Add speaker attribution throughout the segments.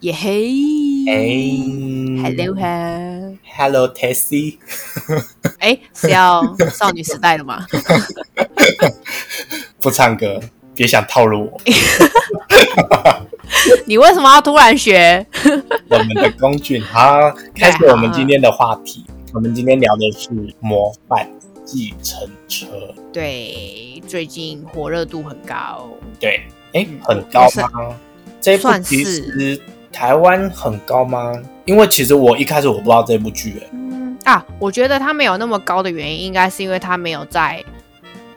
Speaker 1: 耶嘿，
Speaker 2: 哎
Speaker 1: hello 哈，
Speaker 2: ，Hello Tessie，
Speaker 1: 哎，是要少女时代了 吗？
Speaker 2: 不唱歌，别想套路我。
Speaker 1: 你为什么要突然学？
Speaker 2: 我们的工具，好，开始我们今天的话题。
Speaker 1: 啊
Speaker 2: 我们今天聊的是模范计程车，
Speaker 1: 对，最近火热度很高，
Speaker 2: 对，哎，很高吗？这
Speaker 1: 嗯
Speaker 2: 部
Speaker 1: 算
Speaker 2: 其
Speaker 1: 是
Speaker 2: 实台湾很高吗？因为其实我一开始我不知道这部剧、哎，
Speaker 1: 嗯啊，我觉得它没有那么高的原因，应该是因为它没有在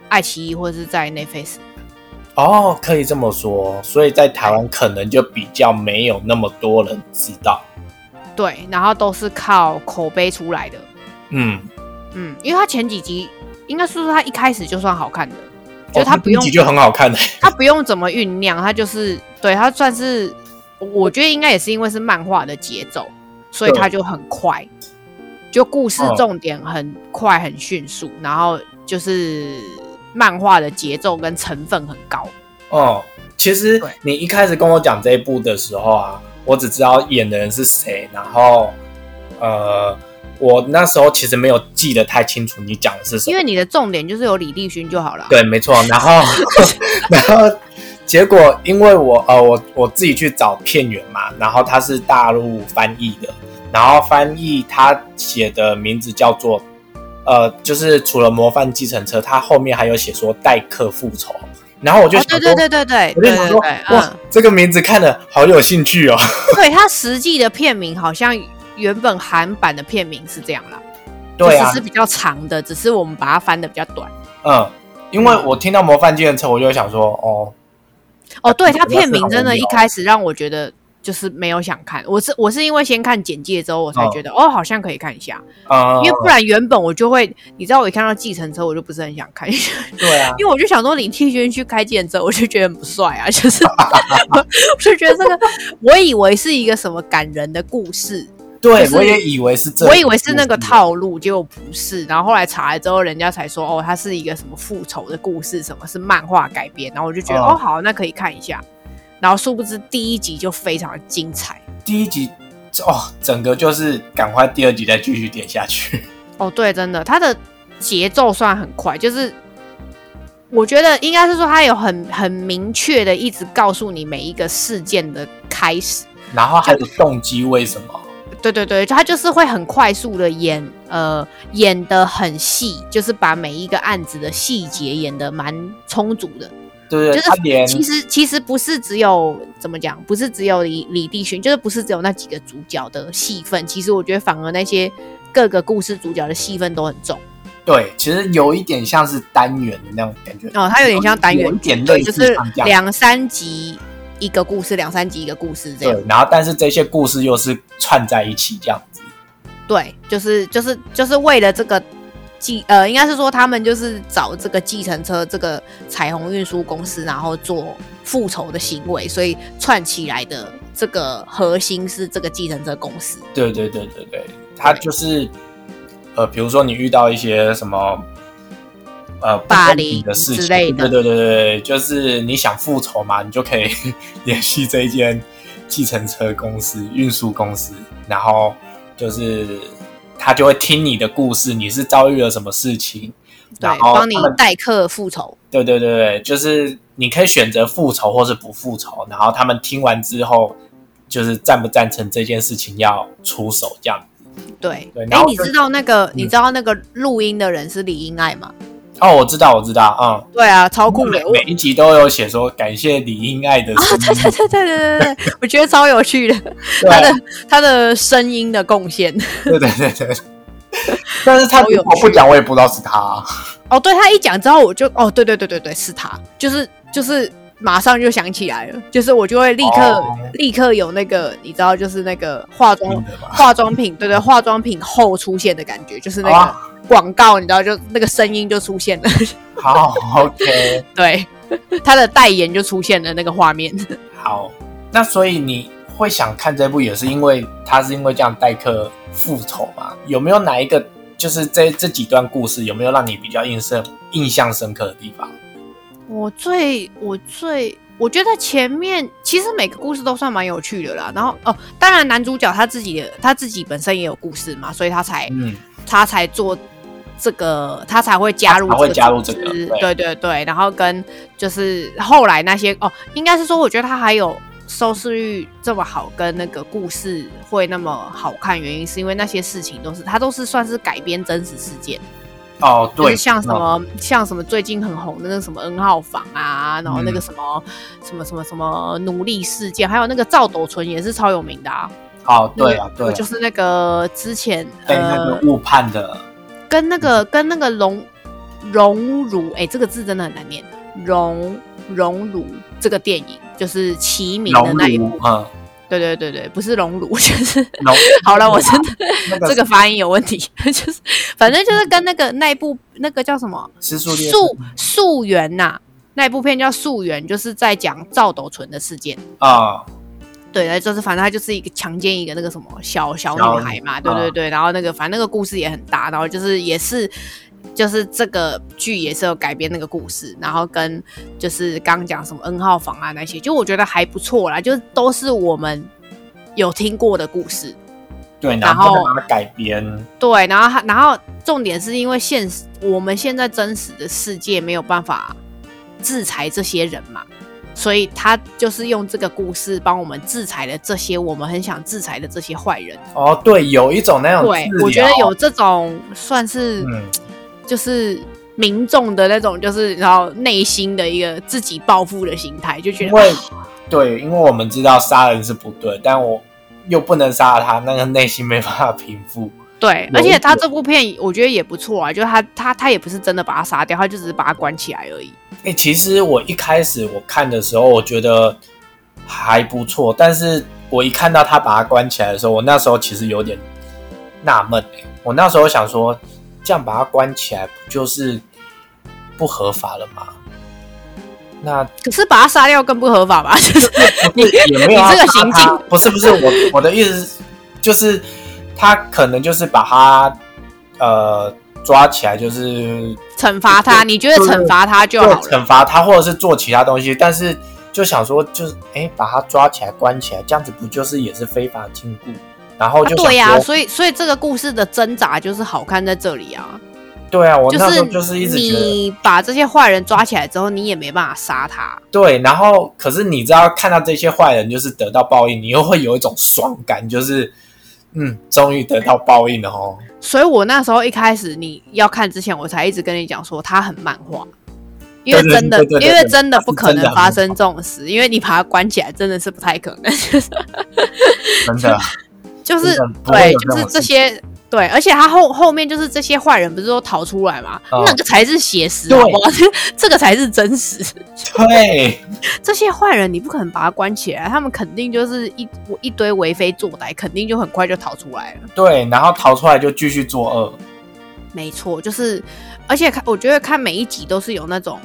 Speaker 1: 爱奇艺或者是在 Netflix。
Speaker 2: 哦，可以这么说，所以在台湾可能就比较没有那么多人知道，
Speaker 1: 对，然后都是靠口碑出来的。
Speaker 2: 嗯，
Speaker 1: 嗯，因为它前几集应该说它一开始就算好看的，就它
Speaker 2: 它
Speaker 1: 不用、
Speaker 2: 就很好看的、
Speaker 1: 它不用怎么酝酿，它就是对它算是，我觉得应该也是因为是漫画的节奏，所以
Speaker 2: 对哦
Speaker 1: 它就很快，就故事重点很快很迅速，然后就是漫画的节奏跟成分很高。
Speaker 2: 哦，其实
Speaker 1: 对
Speaker 2: 你一开始跟我讲这一部的时候啊，我只知道演的人是谁，然后呃，我那时候其实没有记得太清楚你讲的是什
Speaker 1: 因
Speaker 2: 么。
Speaker 1: 为你的重点就是有李立勋就好了。啊
Speaker 2: 对，没 错。然后， 然后结果因为我呃我我自己去找片源嘛，然后他是大陆翻译的，然后翻译他写的名字叫做呃，就是除了模范计程车，他后面还有写说待客复仇。然后我就
Speaker 1: 哦，
Speaker 2: 想
Speaker 1: 对
Speaker 2: 说，
Speaker 1: 对对对对
Speaker 2: 我
Speaker 1: 对
Speaker 2: 就想
Speaker 1: 对
Speaker 2: 说，
Speaker 1: 对，
Speaker 2: 哇
Speaker 1: 嗯，，
Speaker 2: 这个名字看的好有兴 趣哦。
Speaker 1: 对，它实际的片名好像原本韩版的片名是这样啦，
Speaker 2: 对
Speaker 1: 就
Speaker 2: 啊
Speaker 1: 是是，比较长的，只是我们把它翻的比较短。
Speaker 2: 嗯，因为我听到模范计程车，我就会想说，哦，
Speaker 1: 哦，对，它
Speaker 2: 我觉得
Speaker 1: 片
Speaker 2: 是
Speaker 1: 名
Speaker 2: 好啊
Speaker 1: 真的，
Speaker 2: 无
Speaker 1: 一
Speaker 2: 聊
Speaker 1: 开始让我觉得就是没有想看。我是我是因为先看简介之后，我才
Speaker 2: 嗯
Speaker 1: 觉得、哦，好像可以看一下，
Speaker 2: 啊、
Speaker 1: 因为不然原本我就会，你知道，我一看到计程车，我就不是很想看， 因
Speaker 2: 对啊，
Speaker 1: 为我就想说李替轩去开计程车，我就觉得很不帅啊，就是 我就觉得这个，我以为是一个什么感人的故事，
Speaker 2: 对、
Speaker 1: 就是
Speaker 2: 我也以为是这，
Speaker 1: 我以为是那个，套路，结果不是。然后后来查了之后，人家才说哦，它是一个什么复仇的故事，什么是漫画改编。然后我就觉得
Speaker 2: 哦
Speaker 1: 哦好，那可以看一下。然后殊不知第一集就非常的精彩
Speaker 2: 第一集哦，整个就是赶快第二集再继续点下去。
Speaker 1: 哦，对，真的，它的节奏算很快，就是我觉得应该是说它有很很明确的一直告诉你每一个事件的开始。
Speaker 2: 然后还有动机为什么？
Speaker 1: 对对对，就他就是会很快速的演，呃，演的很细，就是把每一个案子的细节演的蛮充足的。
Speaker 2: 对不
Speaker 1: 就
Speaker 2: 对？他连
Speaker 1: 是其实其实不是只有怎么讲，不是只有李李帝勋，就是不是只有那几个主角的戏份。其实我觉得反而那些各个故事主角的戏份都很重。
Speaker 2: 对，其实有一点像是单元的那种感觉。
Speaker 1: 哦，它有点像单元
Speaker 2: 有一
Speaker 1: 剧，
Speaker 2: 点
Speaker 1: 对，
Speaker 2: 类
Speaker 1: 就
Speaker 2: 似
Speaker 1: 是
Speaker 2: 像这样。
Speaker 1: 两三集一个故事，两三集一个故事这样
Speaker 2: 对。，然后但是这些故事又是串在一起这样子。
Speaker 1: 对，就是就是就是为了这个计呃，应该是说他们就是找这个计程车这个彩虹运输公司，然后做复仇的行为，所以串起来的这个核心是这个计程车公司。
Speaker 2: 对对对对对，它
Speaker 1: 对
Speaker 2: 就是呃，比如说你遇到一些什么呃不
Speaker 1: 霸
Speaker 2: 公
Speaker 1: 凌
Speaker 2: 平的事
Speaker 1: 之
Speaker 2: 情，
Speaker 1: 类
Speaker 2: 对
Speaker 1: 的
Speaker 2: 对对对对，就是你想复仇嘛，你就可以 联系这一间计程车公司、运输公司，然后就是他就会听你的故事，你是遭遇了什么事情，
Speaker 1: 对
Speaker 2: 然，后
Speaker 1: 帮你
Speaker 2: 他们
Speaker 1: 代客复仇。
Speaker 2: 对对对对，就是你可以选择复仇或是不复仇，然后他们听完之后，就是赞不赞成这件事情要出手这样。
Speaker 1: 对，
Speaker 2: 对
Speaker 1: 哎，
Speaker 2: 然后
Speaker 1: 你
Speaker 2: 就
Speaker 1: 知道那个、你知道那个录音的人是李英爱吗？
Speaker 2: 哦，我知道，我知道，嗯，
Speaker 1: 对啊，超酷
Speaker 2: 每
Speaker 1: 的。我
Speaker 2: 每一集都有写说感谢李英爱的
Speaker 1: 啊，
Speaker 2: 声
Speaker 1: 对
Speaker 2: 音，
Speaker 1: 对对对对对对，我觉得超有趣的，他
Speaker 2: 对
Speaker 1: 的他的声音的贡献。
Speaker 2: 对对对 对。但是他
Speaker 1: 好有
Speaker 2: 如果不讲，我也不知道是他啊。
Speaker 1: 哦，对他一讲之后，我就哦，对对对对对，是他，就是就是马上就想起来了，就是我就会立刻、
Speaker 2: 哦
Speaker 1: 立刻有那个你知道，就是那个化妆
Speaker 2: 真的吗
Speaker 1: 化妆品，对对，化妆品后出现的感觉，就是那个
Speaker 2: 啊
Speaker 1: 广告，你知道，就那个声音就出现了，
Speaker 2: 好，OK，
Speaker 1: 对，他的代言就出现了那个画 面。
Speaker 2: 好。那所以你会想看这部，也是因为他是因为这样代客复仇嘛？有没有哪一个就是这这几段故事有没有让你比较印深印象深刻的地方？
Speaker 1: 我最我最我觉得前面其实每个故事都算蛮有趣的啦。然后哦，当然男主角他自己的他自己本身也有故事嘛，所以他才、
Speaker 2: 嗯，
Speaker 1: 他才做这个，他才会加入
Speaker 2: 他才会加入
Speaker 1: 这
Speaker 2: 这个
Speaker 1: 组织
Speaker 2: 对
Speaker 1: 对对对。然后跟就是后来那些哦，应该是说我觉得他还有收视率这么好，跟那个故事会那么好看，原因是因为那些事情都是他都是算是改编真实事件。
Speaker 2: 哦，
Speaker 1: 就
Speaker 2: 对，
Speaker 1: 是像什
Speaker 2: 嗯
Speaker 1: 么、像什么最近很红的那个什么 N 号房啊，然后那个
Speaker 2: 嗯
Speaker 1: 什么、什么什么什么奴隶事件，还有那个赵斗淳也是超有名的啊。
Speaker 2: 哦，
Speaker 1: 那个
Speaker 2: 对啊，对啊，
Speaker 1: 就是那个之前
Speaker 2: 被那个
Speaker 1: 呃，
Speaker 2: 误判的，
Speaker 1: 跟那个跟那个荣荣辱，哎、这个字真的很难念，荣荣辱这个电影就是齐名的
Speaker 2: 熔
Speaker 1: 那一
Speaker 2: 炉
Speaker 1: 部，，
Speaker 2: 嗯，
Speaker 1: 对对对对，不是荣辱， 就是
Speaker 2: 熔
Speaker 1: 好了，我真的
Speaker 2: 那个
Speaker 1: 这个发音有问题， 就是反正就是跟那个那一部那个叫什么。
Speaker 2: 吃素列
Speaker 1: 溯溯源呐、那一部片叫《溯源》，就是在讲赵斗淳的事件。
Speaker 2: 啊，
Speaker 1: 对，那就是反正他就是一个强奸一个那个什么小小
Speaker 2: 小
Speaker 1: 女孩嘛，
Speaker 2: 女
Speaker 1: 对对
Speaker 2: 啊
Speaker 1: 对。然后那个反正那个故事也很大，然后就是也是就是这个剧也是有改编那个故事，然后跟就是刚刚讲什么 N 号房啊那些，就我觉得还不错啦，就是都是我们有听过的故事。
Speaker 2: 对，
Speaker 1: 然
Speaker 2: 然后
Speaker 1: 后
Speaker 2: 把它改编，
Speaker 1: 对，然后他，然后重点是因为现实，我们现在真实的世界没有办法制裁这些人嘛，所以他就是用这个故事帮我们制裁了这些我们很想制裁的这些坏人。
Speaker 2: 哦，对，有一种那种
Speaker 1: 对
Speaker 2: 治，
Speaker 1: 我觉得
Speaker 2: 疗
Speaker 1: 有，这种算是、
Speaker 2: 嗯，
Speaker 1: 就是民众的那种，就是然后内心的一个自己报复的心态，就觉
Speaker 2: 因
Speaker 1: 得
Speaker 2: 为对，因为我们知道杀人是不对，但我又不能杀了他，那个内心没办法平复，
Speaker 1: 对，
Speaker 2: 有
Speaker 1: 而
Speaker 2: 一
Speaker 1: 且他
Speaker 2: 点
Speaker 1: 这部片我觉得也不错啊，就是他他他也不是真的把他杀掉，他就只是把他关起来而已。
Speaker 2: 哎、其实我一开始我看的时候，我觉得还不错，但是我一看到他把它关起来的时候，我那时候其实有点纳闷、欸，我那时候想说，这样把它关起来不就是不合法了吗？那
Speaker 1: 可是把他杀掉更不合法吧？ 就是
Speaker 2: 不是也没有
Speaker 1: 你
Speaker 2: 要
Speaker 1: 这个
Speaker 2: 杀
Speaker 1: 行
Speaker 2: 他
Speaker 1: 径
Speaker 2: 不是不是我我的意思是就是他可能就是把他呃抓起来，就是
Speaker 1: 惩罚他，
Speaker 2: 对
Speaker 1: 你觉得惩罚他就
Speaker 2: 做
Speaker 1: 好了。
Speaker 2: 惩罚他，或者是做其他东西，但是就想说，就是哎、诶把他抓起来关起来，这样子不就是也是非法禁锢？然后
Speaker 1: 啊
Speaker 2: 就、
Speaker 1: 对呀、
Speaker 2: 呀、
Speaker 1: 所以所以这个故事的挣扎就是好看在这里啊，
Speaker 2: 对啊，我那时
Speaker 1: 是
Speaker 2: 候就是一直觉得
Speaker 1: 你把这些坏人抓起来之后，你也没办法杀他，
Speaker 2: 对，然后可是你知道，看到这些坏人就是得到报应，你又会有一种爽感，就是嗯，终于得到报应了哦。
Speaker 1: 所以我那时候一开始你要看之前，我才一直跟你讲说他很漫画，因为
Speaker 2: 对对
Speaker 1: 真的，
Speaker 2: 对对对
Speaker 1: 因为
Speaker 2: 对
Speaker 1: 真的不可
Speaker 2: 是
Speaker 1: 能
Speaker 2: 真的很啊
Speaker 1: 发生这种事，因为你把它关起来真的是不太可能，
Speaker 2: 真的，
Speaker 1: 就是
Speaker 2: 真的不会
Speaker 1: 对
Speaker 2: 有，这
Speaker 1: 就
Speaker 2: 种
Speaker 1: 是这
Speaker 2: 事
Speaker 1: 些。对，而且他后后面就是这些坏人不是都逃出来嘛，
Speaker 2: 哦
Speaker 1: 那个才是写实，
Speaker 2: 对
Speaker 1: 好不 好？这个才是真实。
Speaker 2: 对
Speaker 1: 这些坏人你不可能把他关起来，他们肯定就是一一堆为非作歹，肯定就很快就逃出来了。
Speaker 2: 对，然后逃出来就继续作恶。
Speaker 1: 没错，就是，而且看我觉得看每一集都是有那种，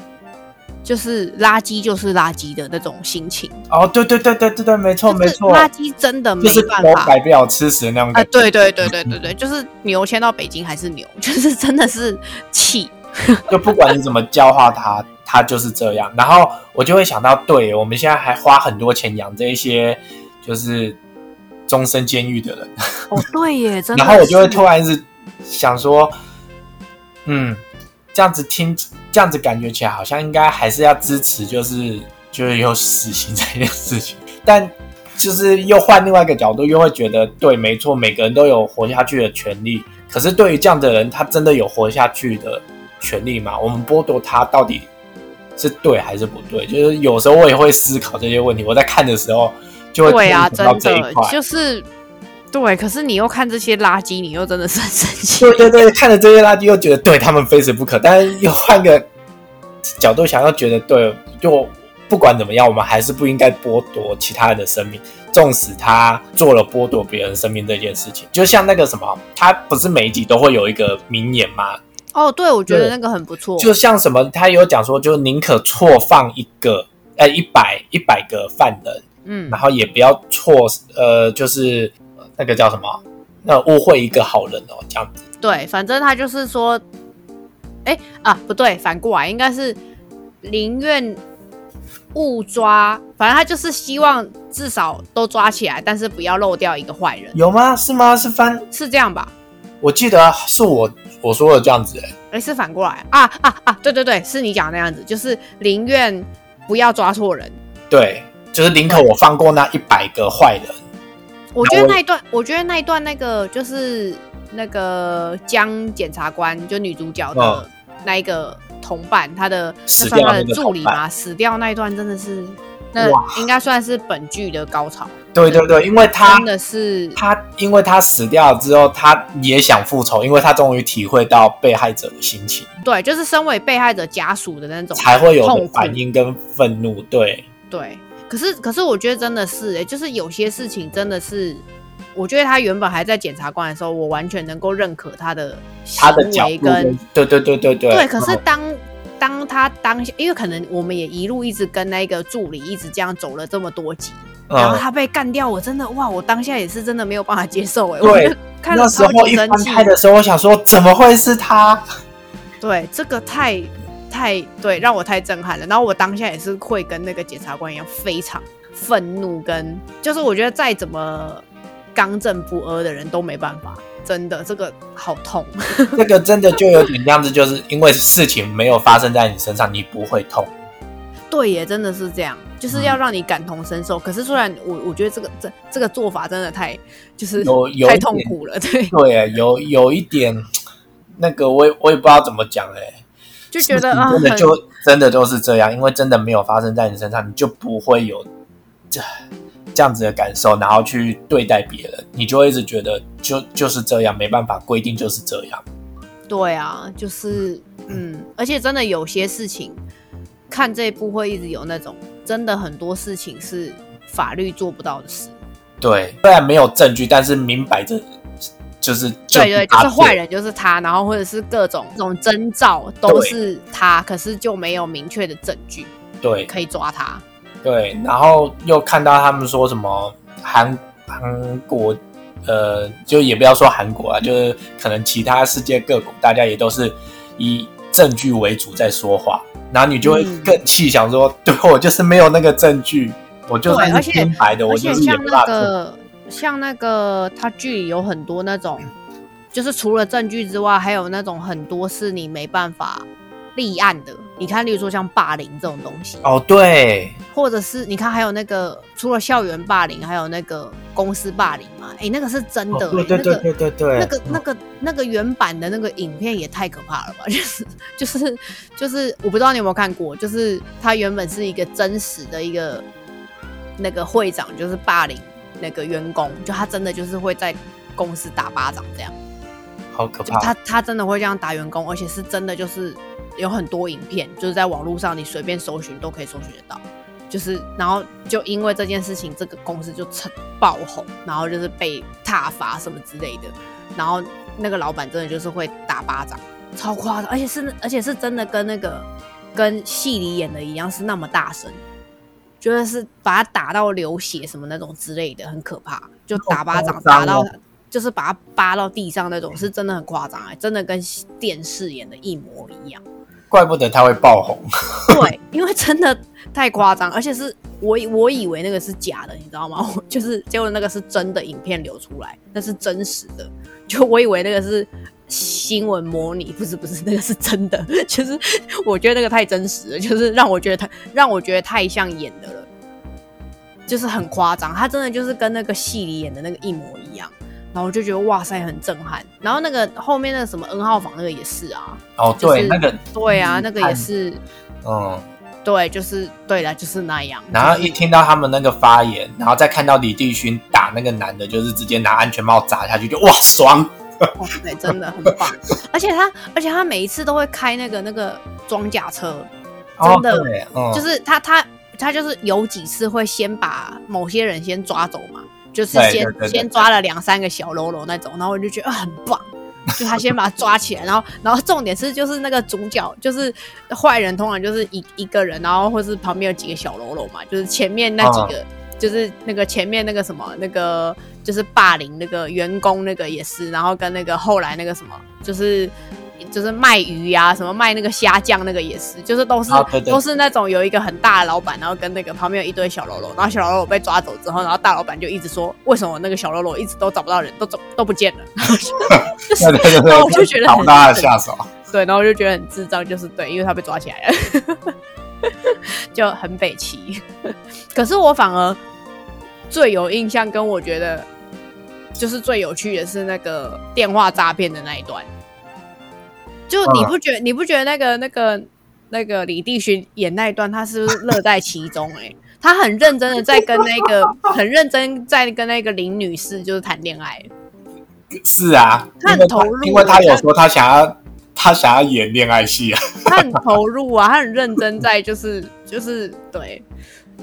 Speaker 1: 就是垃圾就是垃圾的那种心情，
Speaker 2: 哦，对对对对对对，没错
Speaker 1: 就是
Speaker 2: 没错，
Speaker 1: 垃圾真的
Speaker 2: 就
Speaker 1: 没
Speaker 2: 是
Speaker 1: 办
Speaker 2: 狗
Speaker 1: 法。
Speaker 2: 改不了吃屎的那种
Speaker 1: 啊，
Speaker 2: 感觉。
Speaker 1: 对对对对对对， 就是牛迁到北京还是牛，就是真的是气，
Speaker 2: 就不管你怎么教化它，它就是这样。然后我就会想到，对我们现在还花很多钱养这一些就是终身监狱的人，
Speaker 1: 哦，对耶，真的
Speaker 2: 然
Speaker 1: 是。
Speaker 2: 后我就会突然是想说，嗯，这样子听，这样子感觉起来好像应该还是要支持，就是就是有死刑这件事情，但。就是又换另外一个角度，又会觉得对，没错，每个人都有活下去的权利。可是对于这样的人，他真的有活下去的权利吗？我们剥夺他到底是对还是不对？就是有时候我也会思考这些问题。我在看的时候就会
Speaker 1: 对啊，
Speaker 2: 突然
Speaker 1: 真
Speaker 2: 想到这
Speaker 1: 的
Speaker 2: 一块。
Speaker 1: 就是对，可是你又看这些垃圾，你又真的是很生气。
Speaker 2: 对对对，看着这些垃圾又觉得对他们非死不可，但是又换个角度想，又觉得对，就不管怎么样，我们还是不应该剥夺其他人的生命，纵使他做了剥夺别人生命这件事情。就像那个什么，他不是每一集都会有一个名言吗？
Speaker 1: 哦，对，我觉得
Speaker 2: 对
Speaker 1: 那个很不错。
Speaker 2: 就像什么，他有讲说，就宁可错放一个，呃，一百一百个犯人，
Speaker 1: 嗯
Speaker 2: 然，后也不要错，呃，就是呃那个叫什么，那误会一个好人哦，这样子。
Speaker 1: 对，反正他就是说，哎啊，不对，反过来应该是宁愿误抓，反正他就是希望至少都抓起来，但是不要漏掉一个坏人，
Speaker 2: 有吗？是吗？是翻？
Speaker 1: 是这样吧？
Speaker 2: 我记得是我我说的这样子、欸，
Speaker 1: 哎，是反过来啊啊啊！对对对，是你讲的那样子，就是宁愿不要抓错人。
Speaker 2: 对，就是宁可我放过那一百个坏人。
Speaker 1: 我觉得那一段，我觉得那一段那个就是那个江检察官，就女主角的那一个同伴，她的那
Speaker 2: 嗯死
Speaker 1: 算
Speaker 2: 掉
Speaker 1: 她
Speaker 2: 那
Speaker 1: 的
Speaker 2: 个
Speaker 1: 助
Speaker 2: 同
Speaker 1: 理
Speaker 2: 伴。
Speaker 1: 嘛，死掉那一段真的是，那
Speaker 2: 哇
Speaker 1: 应该算是本剧的高潮，
Speaker 2: 对对对，因为他
Speaker 1: 嗯真的是
Speaker 2: 他因为他死掉了之后，他也想复仇，因为他终于体会到被害者的心情，
Speaker 1: 对，就是身为被害者家属的那种
Speaker 2: 才会有
Speaker 1: 痛
Speaker 2: 的
Speaker 1: 苦
Speaker 2: 反应跟愤怒。对，
Speaker 1: 对，可是可是我觉得真的是、欸，就是有些事情真的是，我觉得他原本还在检察官的时候，我完全能够认可他的行
Speaker 2: 他的角
Speaker 1: 为
Speaker 2: 度
Speaker 1: 跟
Speaker 2: 跟，对对对对对。
Speaker 1: 对，可是
Speaker 2: 嗯
Speaker 1: 当。当他当下，因为可能我们也一路一直跟那个助理一直这样走了这么多集，然后
Speaker 2: 嗯
Speaker 1: 他被干掉，我真的哇，我当下也是真的没有办法接受哎、欸，
Speaker 2: 对
Speaker 1: 我就看了
Speaker 2: 那时
Speaker 1: 超
Speaker 2: 候
Speaker 1: 级
Speaker 2: 一
Speaker 1: 生
Speaker 2: 翻
Speaker 1: 气。
Speaker 2: 开的时候，我想说怎么会是他？
Speaker 1: 对，这个太太对，让我太震撼了。然后我当下也是会跟那个检察官一样，非常愤怒跟，就是我觉得再怎么刚正不阿的人都没办法，真的这个好痛。
Speaker 2: 这个真的就有点这样子，就是因为事情没有发生在你身上，你不会痛。
Speaker 1: 对耶，真的是这样，就是
Speaker 2: 嗯
Speaker 1: 要让你感同身受。可是虽然我我觉得这个这这个做法真的太就是
Speaker 2: 有有
Speaker 1: 太
Speaker 2: 一
Speaker 1: 痛
Speaker 2: 点
Speaker 1: 苦了， 对，
Speaker 2: 对，有有一点那个我也我也不知道怎么讲哎、
Speaker 1: 就觉得
Speaker 2: 事情
Speaker 1: 啊
Speaker 2: 真的
Speaker 1: 很
Speaker 2: 就真的就是这样，因为真的没有发生在你身上，你就不会有这这样子的感受，然后去对待别人，你就会一直觉得就就是这样，没办法，规定就是这样。
Speaker 1: 对啊，就是嗯，而且真的有些事情，看这一部会一直有那种真的很多事情是法律做不到的事。
Speaker 2: 对，虽然没有证据，但是明摆着就是
Speaker 1: 对对，就是
Speaker 2: 他做
Speaker 1: 坏人就是他，然后或者是各种这种征兆都是他，可是就没有明确的证据
Speaker 2: 对
Speaker 1: 可以抓他。
Speaker 2: 对，然后又看到他们说什么韩韩国，呃，就也不要说韩国啊，就是可能其他世界各国，大家也都是以证据为主在说话，然后你就会
Speaker 1: 嗯
Speaker 2: 更气，想说，对我就是没有那个证据，我就
Speaker 1: 对而
Speaker 2: 算是
Speaker 1: 且
Speaker 2: 清白的，我
Speaker 1: 而
Speaker 2: 就
Speaker 1: 且
Speaker 2: 是也
Speaker 1: 像
Speaker 2: 不
Speaker 1: 那
Speaker 2: 大错。
Speaker 1: 个像那个他剧里有很多那种，就是除了证据之外，还有那种很多是你没办法立案的。你看，例如说像霸凌这种东西，
Speaker 2: 哦，对，
Speaker 1: 或者是你看，还有那个除了校园霸凌，还有那个公司霸凌嘛？哎、那个是真的、
Speaker 2: 哦
Speaker 1: 诶
Speaker 2: 对对对对对对，嗯
Speaker 1: 那个、那个、那个、那个原版的那个影片也太可怕了吧！ 就是、就是、就是，我不知道你有没有看过，就是他原本是一个真实的一个那个会长，就是霸凌那个员工，就他真的就是会在公司打巴掌这样。
Speaker 2: 好可
Speaker 1: 就
Speaker 2: 怕，
Speaker 1: 他他真的会这样打员工，而且是真的就是有很多影片，就是在网络上你随便搜寻都可以搜寻得到。就是，然后就因为这件事情，这个公司就成爆红，然后就是被挞伐什么之类的，然后那个老板真的就是会打巴掌，超夸张，而且是而且是真的跟那个跟戏里演的一样，是那么大声，就是是把他打到流血什么那种之类的，很可怕，就打巴掌
Speaker 2: 好夸张
Speaker 1: 打
Speaker 2: 哦
Speaker 1: 到就是把他扒到地上那种，是真的很夸张、欸，真的跟电视演的一模一样。
Speaker 2: 怪不得他会爆红。
Speaker 1: 对，因为真的太夸张，而且是我以我以为那个是假的，你知道吗？ 我就是结果那个是真的影片流出来，那是真实的，就我以为那个是新闻模拟，不是不是，那个是真的，就是我觉得那个太真实了， 就是让我觉得太让我觉得太像演的了，就是很夸张，他真的就是跟那个戏里演的那个一模一样。然后我就觉得哇塞，很震撼。然后那个后面那个什么 N 号房那个也是啊，
Speaker 2: 哦，
Speaker 1: 就是
Speaker 2: 对，那个，
Speaker 1: 对啊，
Speaker 2: 嗯
Speaker 1: 那个也是
Speaker 2: 嗯，
Speaker 1: 对，就是对了，就是那样。
Speaker 2: 然后
Speaker 1: 就是
Speaker 2: 一听到他们那个发言，然后再看到李帝勋打那个男的，就是直接拿安全帽砸下去，就哇爽！
Speaker 1: 哦对，真的很棒。而且他，而且他每一次都会开那个那个装甲车，真的
Speaker 2: 哦、对嗯，
Speaker 1: 就是他他他就是有几次会先把某些人先抓走嘛，就是
Speaker 2: 对
Speaker 1: 先
Speaker 2: 对对对
Speaker 1: 先抓了两三个小喽啰那种，然后我就觉得、啊、很棒。就他先把他抓起来，然后，然后重点是就是那个主角，就是坏人，通常就是一一个人，然后或是旁边有几个小喽啰嘛，就是前面那
Speaker 2: 啊
Speaker 1: 几个，就是那个前面那个什么，那个就是霸凌那个员工那个也是，然后跟那个后来那个什么，就是就是卖鱼啊，什么卖那个虾酱那个也是，就是都是、
Speaker 2: 啊对对
Speaker 1: 都是那种有一个很大的老板，然后跟那个旁边有一堆小喽啰，然后小喽啰被抓走之后，然后大老板就一直说为什么那个小喽啰一直都找不到人，都走都不见了，就是
Speaker 2: 对对对对，
Speaker 1: 那我就觉得
Speaker 2: 老
Speaker 1: 很
Speaker 2: 大的下手，
Speaker 1: 对，然后我就觉得很智障，就是对，因为他被抓起来了， 就很北齐。可是我反而最有印象，跟我觉得就是最有趣的是那个电话诈骗的那一段。就你不觉你不觉得那个那个那个李帝勋演那一段，他是不是乐在其中、欸？哎，他很认真的在跟那个很认真在跟那个林女士就是谈恋爱。
Speaker 2: 是啊，
Speaker 1: 他很
Speaker 2: 因为
Speaker 1: 投入
Speaker 2: 因为他
Speaker 1: 他
Speaker 2: 有说他想要他想要演恋爱戏啊，
Speaker 1: 他很投入啊，他很认真在、就是，就是对，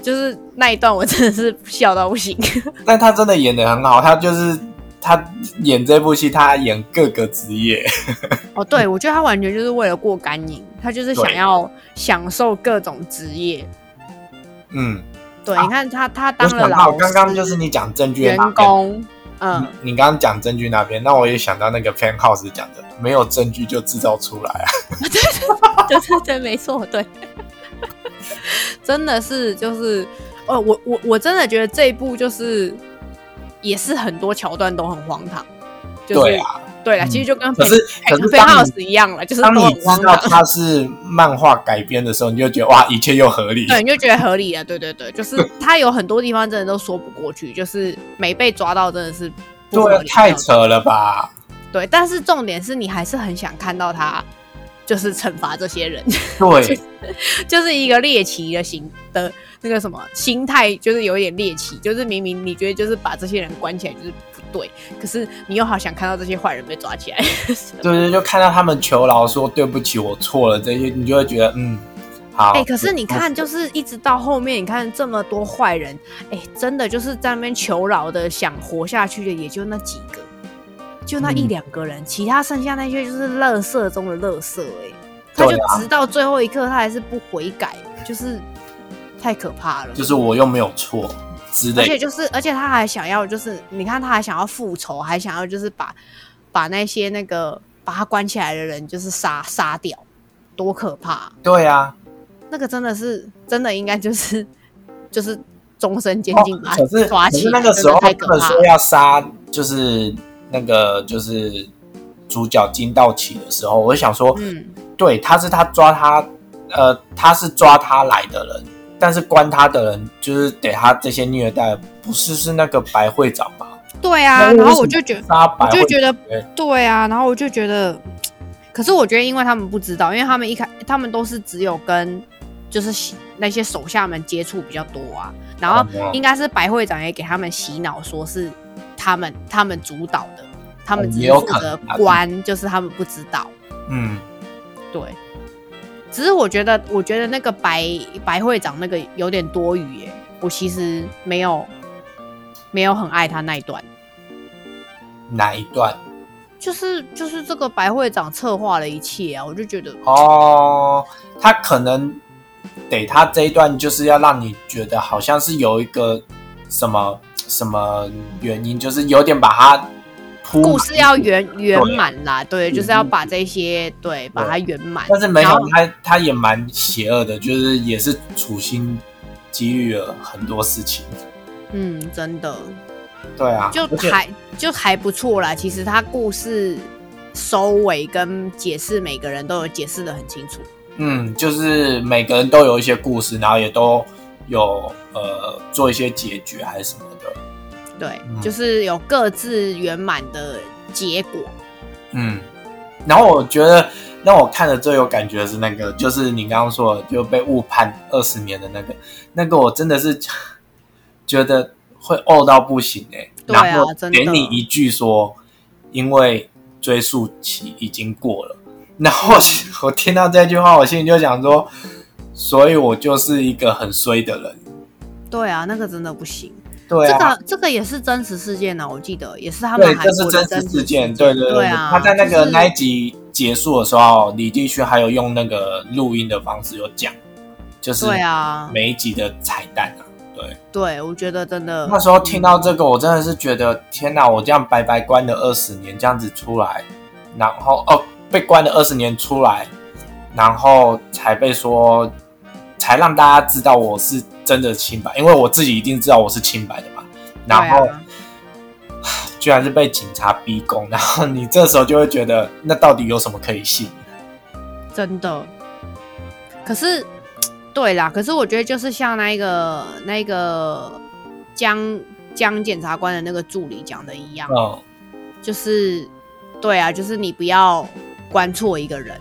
Speaker 1: 就是那一段我真的是笑到不行。
Speaker 2: 但他真的演的很好，他就是他演这部戏，他演各个职业，
Speaker 1: 哦，对，我觉得他完全就是为了过干瘾，他就是想
Speaker 2: 对
Speaker 1: 要享受各种职业。
Speaker 2: 嗯，
Speaker 1: 对，
Speaker 2: 啊
Speaker 1: 你看他他
Speaker 2: 我
Speaker 1: 当了
Speaker 2: 想到
Speaker 1: 老师，
Speaker 2: 刚刚就是你讲证据
Speaker 1: 员
Speaker 2: 那边，
Speaker 1: 工，啊嗯，
Speaker 2: 你你刚刚讲证据那边，那我也想到那个 fan house 讲的，没有证据就制造出来 啊，
Speaker 1: 对对对，没错，对， 真的是就是，哦，我我我真的觉得这一部就是也是很多桥段都很荒唐，就是
Speaker 2: 对啊，
Speaker 1: 对啦
Speaker 2: 嗯
Speaker 1: 其实就跟
Speaker 2: 可是可是
Speaker 1: 飞
Speaker 2: 当你
Speaker 1: 哎 house 一样了，就是都
Speaker 2: 当你
Speaker 1: 很荒
Speaker 2: 知道
Speaker 1: 唐。
Speaker 2: 它是漫画改编的时候，你就觉得哇，一切又合理。
Speaker 1: 对，你就觉得合理了。对对对，就是他有很多地方真的都说不过去，就是没被抓到真的是不合
Speaker 2: 对，啊
Speaker 1: 理
Speaker 2: 太扯了吧？
Speaker 1: 对，但是重点是你还是很想看到他就是惩罚这些人，
Speaker 2: 对，
Speaker 1: 就是一个猎奇的心的那个什么心态，就是有一点猎奇，就是明明你觉得就是把这些人关起来就是不对，可是你又好想看到这些坏人被抓起来。
Speaker 2: 对对，就看到他们求饶说对不起，我错了这些，你就会觉得嗯，好。嗯
Speaker 1: 哎、可是你看，就是一直到后面，你看这么多坏人，哎、真的就是在那边求饶的，想活下去的也就那几个，就那一
Speaker 2: 嗯
Speaker 1: 两个人，其他剩下那些就是垃圾中的垃圾、哎，他
Speaker 2: 对
Speaker 1: 就
Speaker 2: 啊
Speaker 1: 直到最后一刻，他还是不悔改，就是太可怕了。
Speaker 2: 就是我又没有错之
Speaker 1: 而
Speaker 2: 类
Speaker 1: 且
Speaker 2: 的，
Speaker 1: 就是，而且他还想要，就是你看，他还想要复仇，还想要就是把把那些那个把他关起来的人，就是杀杀掉，多可怕、啊！
Speaker 2: 对啊。
Speaker 1: 那个真的是真的应该就是 就是终身监
Speaker 2: 哦
Speaker 1: 禁吧，
Speaker 2: 可是
Speaker 1: 抓
Speaker 2: 可
Speaker 1: 起
Speaker 2: 是
Speaker 1: 来
Speaker 2: 那个时
Speaker 1: 真
Speaker 2: 候
Speaker 1: 的太
Speaker 2: 他
Speaker 1: 可
Speaker 2: 们
Speaker 1: 怕
Speaker 2: 说
Speaker 1: 了。
Speaker 2: 要杀，就是那个就是主角金道奇的时候，我就想说，
Speaker 1: 嗯，
Speaker 2: 对，他是他抓他，呃，他是抓他来的人，但是关他的人就是给他这些虐待，不是是那个白会长吗？
Speaker 1: 对啊，
Speaker 2: 那
Speaker 1: 然
Speaker 2: 为
Speaker 1: 后我
Speaker 2: 什
Speaker 1: 就
Speaker 2: 么
Speaker 1: 觉得，
Speaker 2: 杀白
Speaker 1: 我
Speaker 2: 会
Speaker 1: 就觉得
Speaker 2: 对
Speaker 1: 对啊，然后我就觉得，可是我觉得因为他们不知道，因为他们一开他们都是只有跟就是洗那些手下们接触比较多啊，然后
Speaker 2: 哦
Speaker 1: 应该是白会长也给他们洗脑，说是他们他们主导的，他们
Speaker 2: 哦
Speaker 1: 只是
Speaker 2: 也有
Speaker 1: 负
Speaker 2: 可
Speaker 1: 责
Speaker 2: 能啊
Speaker 1: 关，就是他们不知道。
Speaker 2: 嗯，
Speaker 1: 对，只是我觉得，我觉得那个白白会长那个有点多余耶，我其实没有没有很爱他那一段，
Speaker 2: 哪一段？
Speaker 1: 就是就是这个白会长策划了一切啊，我就觉得
Speaker 2: 哦，他可能得他这一段就是要让你觉得好像是有一个什么什么原因，就是有点把他铺
Speaker 1: 故事要圆圆
Speaker 2: 对啊嗯
Speaker 1: 满啦，对，就是要把这些对把它圆满，
Speaker 2: 但是没
Speaker 1: 然
Speaker 2: 有
Speaker 1: 后
Speaker 2: 他，他也蛮邪恶的，就是也是处心积虑了很多事情。
Speaker 1: 嗯，真的
Speaker 2: 对啊，
Speaker 1: 就
Speaker 2: 而且
Speaker 1: 还就还不错啦，其实他故事。收尾跟解释，每个人都有解释的很清楚。
Speaker 2: 嗯，就是每个人都有一些故事，然后也都有呃做一些解决还是什么的。
Speaker 1: 对，
Speaker 2: 嗯
Speaker 1: 就是有各自圆满的结果。
Speaker 2: 嗯，然后我觉得让我看的最有感觉的是那个，就是你刚刚说的就被误判二十年的那个，那个我真的是 觉得会怄到不行哎、
Speaker 1: 对啊
Speaker 2: 然后
Speaker 1: 真的
Speaker 2: 给你一句说，因为追溯期已经过了，然后我我听到这句话，我心里就想说，所以我就是一个很衰的人。
Speaker 1: 对啊，那个真的不行。
Speaker 2: 对
Speaker 1: 这
Speaker 2: 啊，
Speaker 1: 个这个也是真实事件呢、啊我记得也是他们
Speaker 2: 对，
Speaker 1: 韩
Speaker 2: 这是
Speaker 1: 国的
Speaker 2: 真
Speaker 1: 真
Speaker 2: 实
Speaker 1: 实
Speaker 2: 事件，
Speaker 1: 对
Speaker 2: 对对
Speaker 1: 对
Speaker 2: 对。
Speaker 1: 啊，
Speaker 2: 他在那
Speaker 1: 就
Speaker 2: 个
Speaker 1: 是
Speaker 2: 那一集结束的时候，啊李继勋还有用那个录音的方式有讲，就是
Speaker 1: 对啊，
Speaker 2: 每一集的彩蛋啊。
Speaker 1: 对，我觉得真的
Speaker 2: 那时候听到这个，我真的是觉得天哪！我这样白白关了二十年，这样子出来，然后哦，被关了二十年出来，然后才被说，才让大家知道我是真的清白，因为我自己一定知道我是清白的嘛。然后、
Speaker 1: 对啊
Speaker 2: 居然是被警察逼供，然后你这时候就会觉得，那到底有什么可以信？
Speaker 1: 嗯真的，可是对啦，可是我觉得就是像那一个那一个江江检察官的那个助理讲的一样，
Speaker 2: 嗯，
Speaker 1: 就是对啊，就是你不要关错一个人，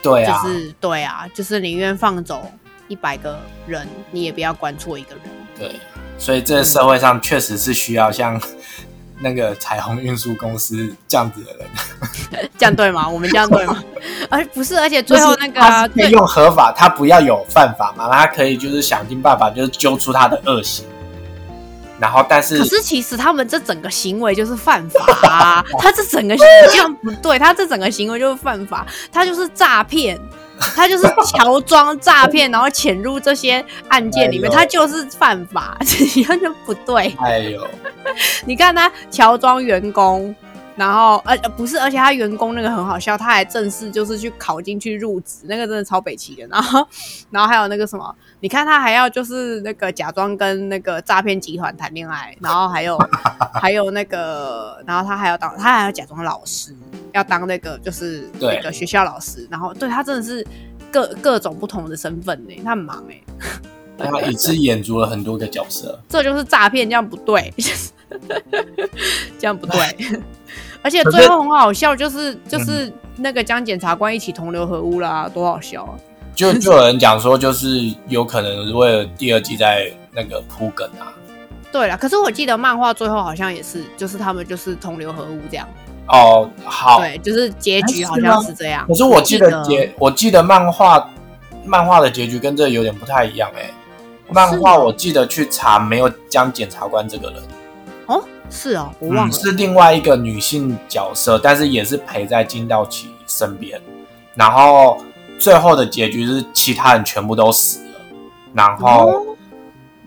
Speaker 2: 对啊，
Speaker 1: 就是对啊，就是宁愿放走一百个人，你也不要关错一个人。
Speaker 2: 对，所以这个社会上确实是需要像 那个彩虹运输公司这样子的人，
Speaker 1: 这样对吗？我们这样对 吗？而哎不是，而且最后那个
Speaker 2: 他
Speaker 1: 啊
Speaker 2: 是可以
Speaker 1: 对
Speaker 2: 用合法，他不要有犯法嘛，他可以就是想尽办法就是揪出他的恶行，然后但是
Speaker 1: 可是其实他们这整个行为就是犯法、 啊，他这整个行为这样不对，他这整个行为就是犯法，他就是诈骗，他就是乔装诈 骗，然后潜入这些案件里面，
Speaker 2: 哎呦
Speaker 1: 他就是犯法， 这样就不对。
Speaker 2: 哎呦，
Speaker 1: 你看他乔装员工。然后，呃，呃不是，而且他员工那个很好笑，他还正式就是去考进去入职，那个真的超北齐的。然后，然后还有那个什么，你看他还要就是那个假装跟那个诈骗集团谈恋爱，然后还有还有那个，然后他还要当他还要假装老师，要当那个就是
Speaker 2: 对
Speaker 1: 那个学校老师。然后，对他真的是各各种不同的身份呢、他很忙哎、
Speaker 2: 他一次演足了很多个角色，
Speaker 1: 这就是诈骗，这样不对，
Speaker 2: 嗯
Speaker 1: 这样不 对。而且
Speaker 2: 可是
Speaker 1: 最后很好笑，就是
Speaker 2: 嗯
Speaker 1: 就是那个将检察官一起同流合污啦，多好笑啊！
Speaker 2: 就就有人讲说就是有可能为了第二季在那个铺梗啊，
Speaker 1: 对啦，可是我记得漫画最后好像也是，就是他们就是同流合污这样，
Speaker 2: 哦，好，
Speaker 1: 对，就是结局
Speaker 2: 哎
Speaker 1: 好
Speaker 2: 是
Speaker 1: 像
Speaker 2: 吗
Speaker 1: 是这样
Speaker 2: 可。是我记得
Speaker 1: 我记得
Speaker 2: 结，我记得漫画漫画的结局跟这有点不太一样哎、漫画我记得去查没有将检察官这个人，
Speaker 1: 哦，是哦，我忘了。
Speaker 2: 嗯是另外一个女性角色，但是也是陪在金道奇身边。然后最后的结局是其他人全部都死了，然后、
Speaker 1: 哦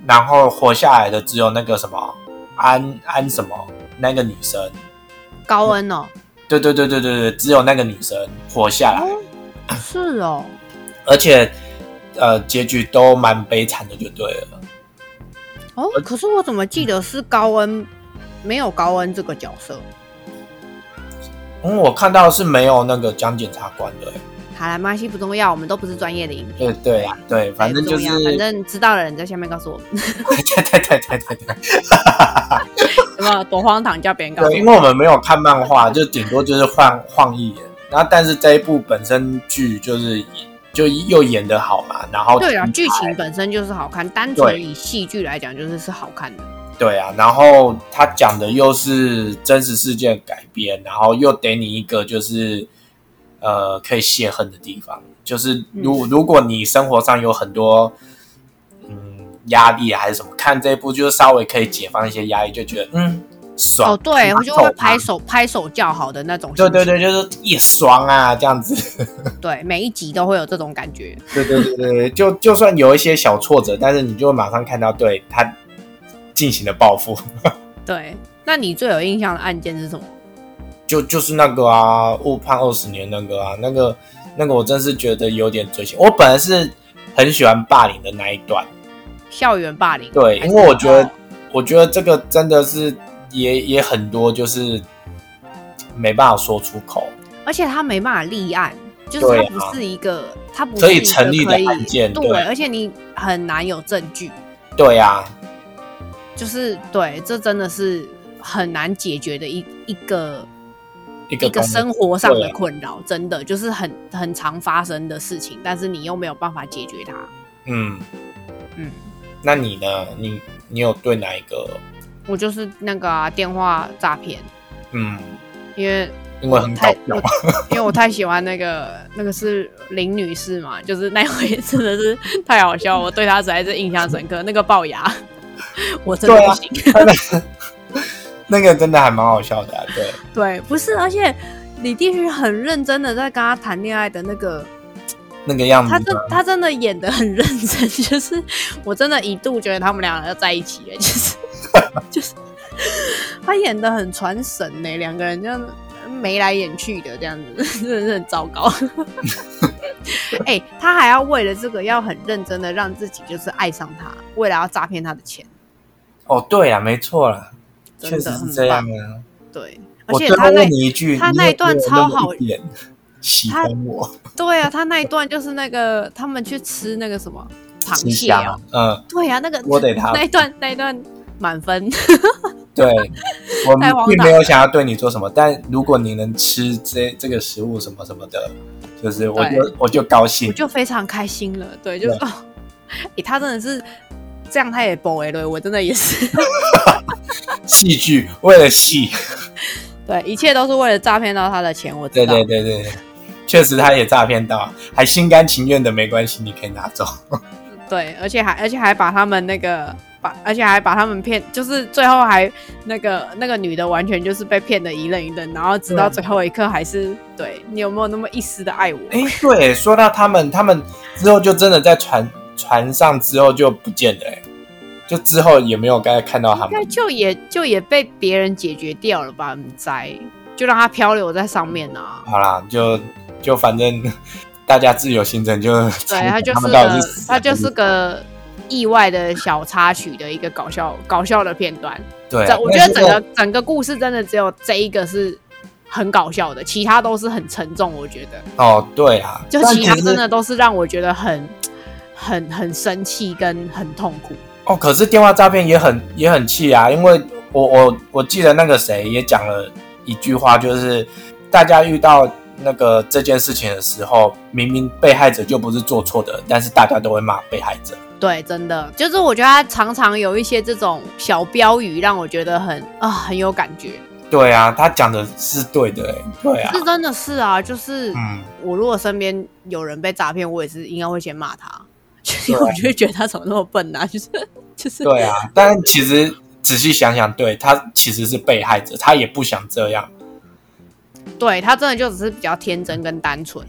Speaker 2: 然后活下来的只有那个什么安安什么那个女生，
Speaker 1: 高恩哦，
Speaker 2: 对对对对对对，只有那个女生活下来。嗯
Speaker 1: 哦，是哦，
Speaker 2: 而且呃结局都蛮悲惨的，就对了。
Speaker 1: 哦，可是我怎么记得是高恩，没有高恩这个角色？
Speaker 2: 嗯，我看到是没有那个江检察官的、欸
Speaker 1: 好啦，没关系，不重要，我们都不是专业的影评。
Speaker 2: 对对啊，对，反正就是，
Speaker 1: 哎不重要
Speaker 2: 对
Speaker 1: 反正知道的人在下面告诉我们，
Speaker 2: 对对对 对对，
Speaker 1: 有没有多荒唐，叫别人告诉
Speaker 2: 对，因
Speaker 1: 我。
Speaker 2: 为我们没有看漫画，就顶多就是晃晃一眼。然后，但是这一部本身剧就是就又演得好嘛，然后
Speaker 1: 对啊，
Speaker 2: 精
Speaker 1: 剧
Speaker 2: 彩
Speaker 1: 情本身就是好看，单纯
Speaker 2: 对
Speaker 1: 以戏剧来讲，就是是好看的。
Speaker 2: 对啊，然后他讲的又是真实事件改编，然后又给你一个就是呃可以泄恨的地方，就是
Speaker 1: 嗯
Speaker 2: 如、如果你生活上有很多嗯压力还是什么，看这一部就是稍微可以解放一些压力，就觉得嗯爽
Speaker 1: 哦，对，我就会拍，
Speaker 2: 爽
Speaker 1: 手拍手叫好的那种
Speaker 2: 对
Speaker 1: 心情。
Speaker 2: 啊对对，就是也爽啊这 样子，
Speaker 1: 对，每一集都会有这种感觉。
Speaker 2: 对对对对对，就就算有一些小挫折，但是你就会马上看到对他进行了报复。
Speaker 1: 对，那你最有印象的案件是什么？
Speaker 2: 就就是那个啊，误判二十年那个啊，那个那个我真是觉得有点追求。我本来是很喜欢霸凌的那一段，
Speaker 1: 校园霸凌？
Speaker 2: 对，
Speaker 1: 还
Speaker 2: 因
Speaker 1: 是哦
Speaker 2: 为我觉得我觉得这个真的是也也很多就是没办法说出口，
Speaker 1: 而且他没办法立案，就是
Speaker 2: 对
Speaker 1: 他
Speaker 2: 啊
Speaker 1: 不是一个，他不是
Speaker 2: 可以
Speaker 1: 一个
Speaker 2: 成立的
Speaker 1: 可以
Speaker 2: 案件
Speaker 1: 对
Speaker 2: 对，
Speaker 1: 而且你很难有证据。
Speaker 2: 对啊，
Speaker 1: 就是对，这真的是很难解决的一一个
Speaker 2: 一个
Speaker 1: 一个
Speaker 2: 公
Speaker 1: 生活上
Speaker 2: 对
Speaker 1: 的
Speaker 2: 啊
Speaker 1: 困扰，真的就是很很常发生的事情，但是你又没有办法解决它。
Speaker 2: 嗯
Speaker 1: 嗯，
Speaker 2: 那你呢？你你有对哪一个？
Speaker 1: 我就是那个啊、电话诈骗，
Speaker 2: 嗯，
Speaker 1: 因为
Speaker 2: 因为
Speaker 1: 我
Speaker 2: 很搞
Speaker 1: 太
Speaker 2: 笑
Speaker 1: 我，因为我太喜欢那个那个是林女士嘛，就是那回 真的是太好笑，我对她实在是印象深刻。那个龅牙， 我真的
Speaker 2: 对啊
Speaker 1: 不行。
Speaker 2: 那个真的还蛮好笑的、啊，对。
Speaker 1: 对，不是，而且李地旭很认真的在跟她谈恋爱的那个
Speaker 2: 那个样子
Speaker 1: 他，真他真的演的很认真， 就是我真的一度觉得他们两个要在一起 了，就是就是他演的很传神呢、两个人这样，嗯，眉来眼去的这样子， 真的是很糟糕。哎、他还要为了这个要很认真的让自己就是爱上他，为了要诈骗他的钱，
Speaker 2: 哦，对啊，没错啦，
Speaker 1: 真
Speaker 2: 确
Speaker 1: 的
Speaker 2: 实是
Speaker 1: 很
Speaker 2: 这样
Speaker 1: 棒
Speaker 2: 啊。
Speaker 1: 对，而
Speaker 2: 我
Speaker 1: 且
Speaker 2: 最后
Speaker 1: 他那
Speaker 2: 问你一句，
Speaker 1: 他
Speaker 2: 你
Speaker 1: 那
Speaker 2: 有
Speaker 1: 一段
Speaker 2: 没有
Speaker 1: 超
Speaker 2: 那么
Speaker 1: 好
Speaker 2: 一点喜
Speaker 1: 他
Speaker 2: 欢我，
Speaker 1: 对啊，他那一段就是那个他们去吃那个什么螃
Speaker 2: 吃
Speaker 1: 蟹
Speaker 2: 虾
Speaker 1: 啊
Speaker 2: 嘛，，嗯，
Speaker 1: 对啊，那个
Speaker 2: 我得 他
Speaker 1: 那一段那一段满分，
Speaker 2: 对，我
Speaker 1: 太荒
Speaker 2: 并
Speaker 1: 唐
Speaker 2: 没有想要对你做什么，但如果你能吃这这个食物什么什么的，就是我
Speaker 1: 对
Speaker 2: 就我就高兴
Speaker 1: 我，就非常开心了。对，就是
Speaker 2: 对
Speaker 1: 哦， 诶他真的是这样，他也 boy 了，我真的也是，
Speaker 2: 戏剧为了戏，
Speaker 1: 对，一切都是为了诈骗到他的钱，我知
Speaker 2: 对
Speaker 1: 道。
Speaker 2: 对对对，确实他也诈骗到，还心甘情愿的没关系，你可以拿 走。
Speaker 1: 对，而且还而且还把他们那个把，而且还把他们骗，就是最后还那个那个女的完全就是被骗的一愣一愣，然后直到
Speaker 2: 对啊
Speaker 1: 最后一刻还是对你有没有那么一丝的爱我？
Speaker 2: 哎，对，说到他们，他们之后就真的在船船上之后就不见了、哎，就之后也没有再看到他
Speaker 1: 应该
Speaker 2: 们。
Speaker 1: 就也就也被别人解决掉了吧？很灾，就让它漂流在上面啊。
Speaker 2: 好啦，就就反正 大家自由行程就
Speaker 1: 对，
Speaker 2: 猜
Speaker 1: 它就
Speaker 2: 他
Speaker 1: 是
Speaker 2: 们到底
Speaker 1: 个
Speaker 2: 是死
Speaker 1: 它
Speaker 2: 还
Speaker 1: 就是是个意外的小插曲的一个搞笑搞笑的片段。
Speaker 2: 对啊
Speaker 1: 这，我觉
Speaker 2: 但
Speaker 1: 得
Speaker 2: 是
Speaker 1: 整个整个故事真的只有这一个是很搞笑的，其他都是很沉重。我觉得，
Speaker 2: 哦，对啊，
Speaker 1: 就
Speaker 2: 但
Speaker 1: 其他
Speaker 2: 实
Speaker 1: 真的都是让我觉得很很很生气跟很痛苦。
Speaker 2: 哦，可是电话诈骗也很也很气啊，因为我我我记得那个谁也讲了一句话，就是大家遇到那个这件事情的时候，明明被害者就不是做错的，但是大家都会骂被害者。
Speaker 1: 对，真的就是我觉得他常常有一些这种小标语，让我觉得很啊、很有感觉。
Speaker 2: 对啊，他讲的是对的、欸，对啊，
Speaker 1: 是真的是啊，就是、
Speaker 2: 嗯，
Speaker 1: 我如果身边有人被诈骗，我也是应该会先骂他，
Speaker 2: 对
Speaker 1: 因
Speaker 2: 啊
Speaker 1: 为我就会觉得他怎么那么笨啊， 就是就是
Speaker 2: 对啊，但其实仔细想想，对他其实是被害者，他也不想这样。
Speaker 1: 对他真的就只是比较天真跟单纯，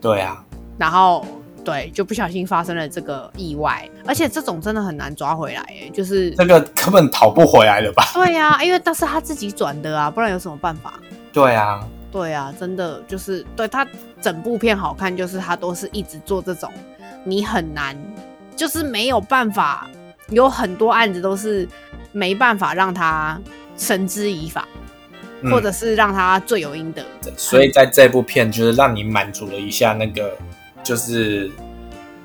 Speaker 2: 对啊，
Speaker 1: 然后对就不小心发生了这个意外，而且这种真的很难抓回来、欸，就是
Speaker 2: 这个根本讨不回来了吧？
Speaker 1: 对呀、因为但是他自己转的啊，不然有什么办法？
Speaker 2: 对啊，
Speaker 1: 对啊，真的就是对他整部片好看，就是他都是一直做这种，你很难，就是没有办法，有很多案子都是没办法让他绳之以法，
Speaker 2: 嗯
Speaker 1: 或者是让他罪有应得。
Speaker 2: 所以在这部片就是让你满足了一下那个，就是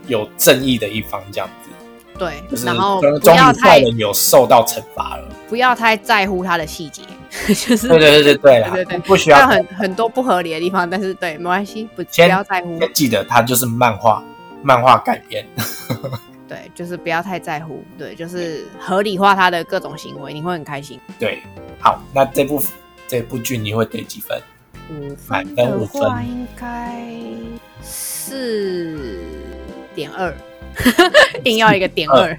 Speaker 2: 有正义的一方这样子，
Speaker 1: 对
Speaker 2: 就，是
Speaker 1: 然后
Speaker 2: 终
Speaker 1: 不
Speaker 2: 终
Speaker 1: 要
Speaker 2: 于坏
Speaker 1: 太
Speaker 2: 人有受到惩罚了。
Speaker 1: 不要太在乎他的细节， 就是
Speaker 2: 对对对对对啦
Speaker 1: 对对，对
Speaker 2: 不需
Speaker 1: 还有
Speaker 2: 要
Speaker 1: 很很多不合理的地方，但是对，没关系，不不
Speaker 2: 先
Speaker 1: 要在乎，
Speaker 2: 记得它就是漫画，漫画改编。
Speaker 1: 对，就是不要太在乎，对，就是合理化他的各种行为，你会很开心。
Speaker 2: 对，好，那这部这部剧你会给几分？
Speaker 1: 五
Speaker 2: 满
Speaker 1: 分
Speaker 2: 分
Speaker 1: 的
Speaker 2: 五
Speaker 1: 话
Speaker 2: 分
Speaker 1: 应该四点 二，硬要一个点二，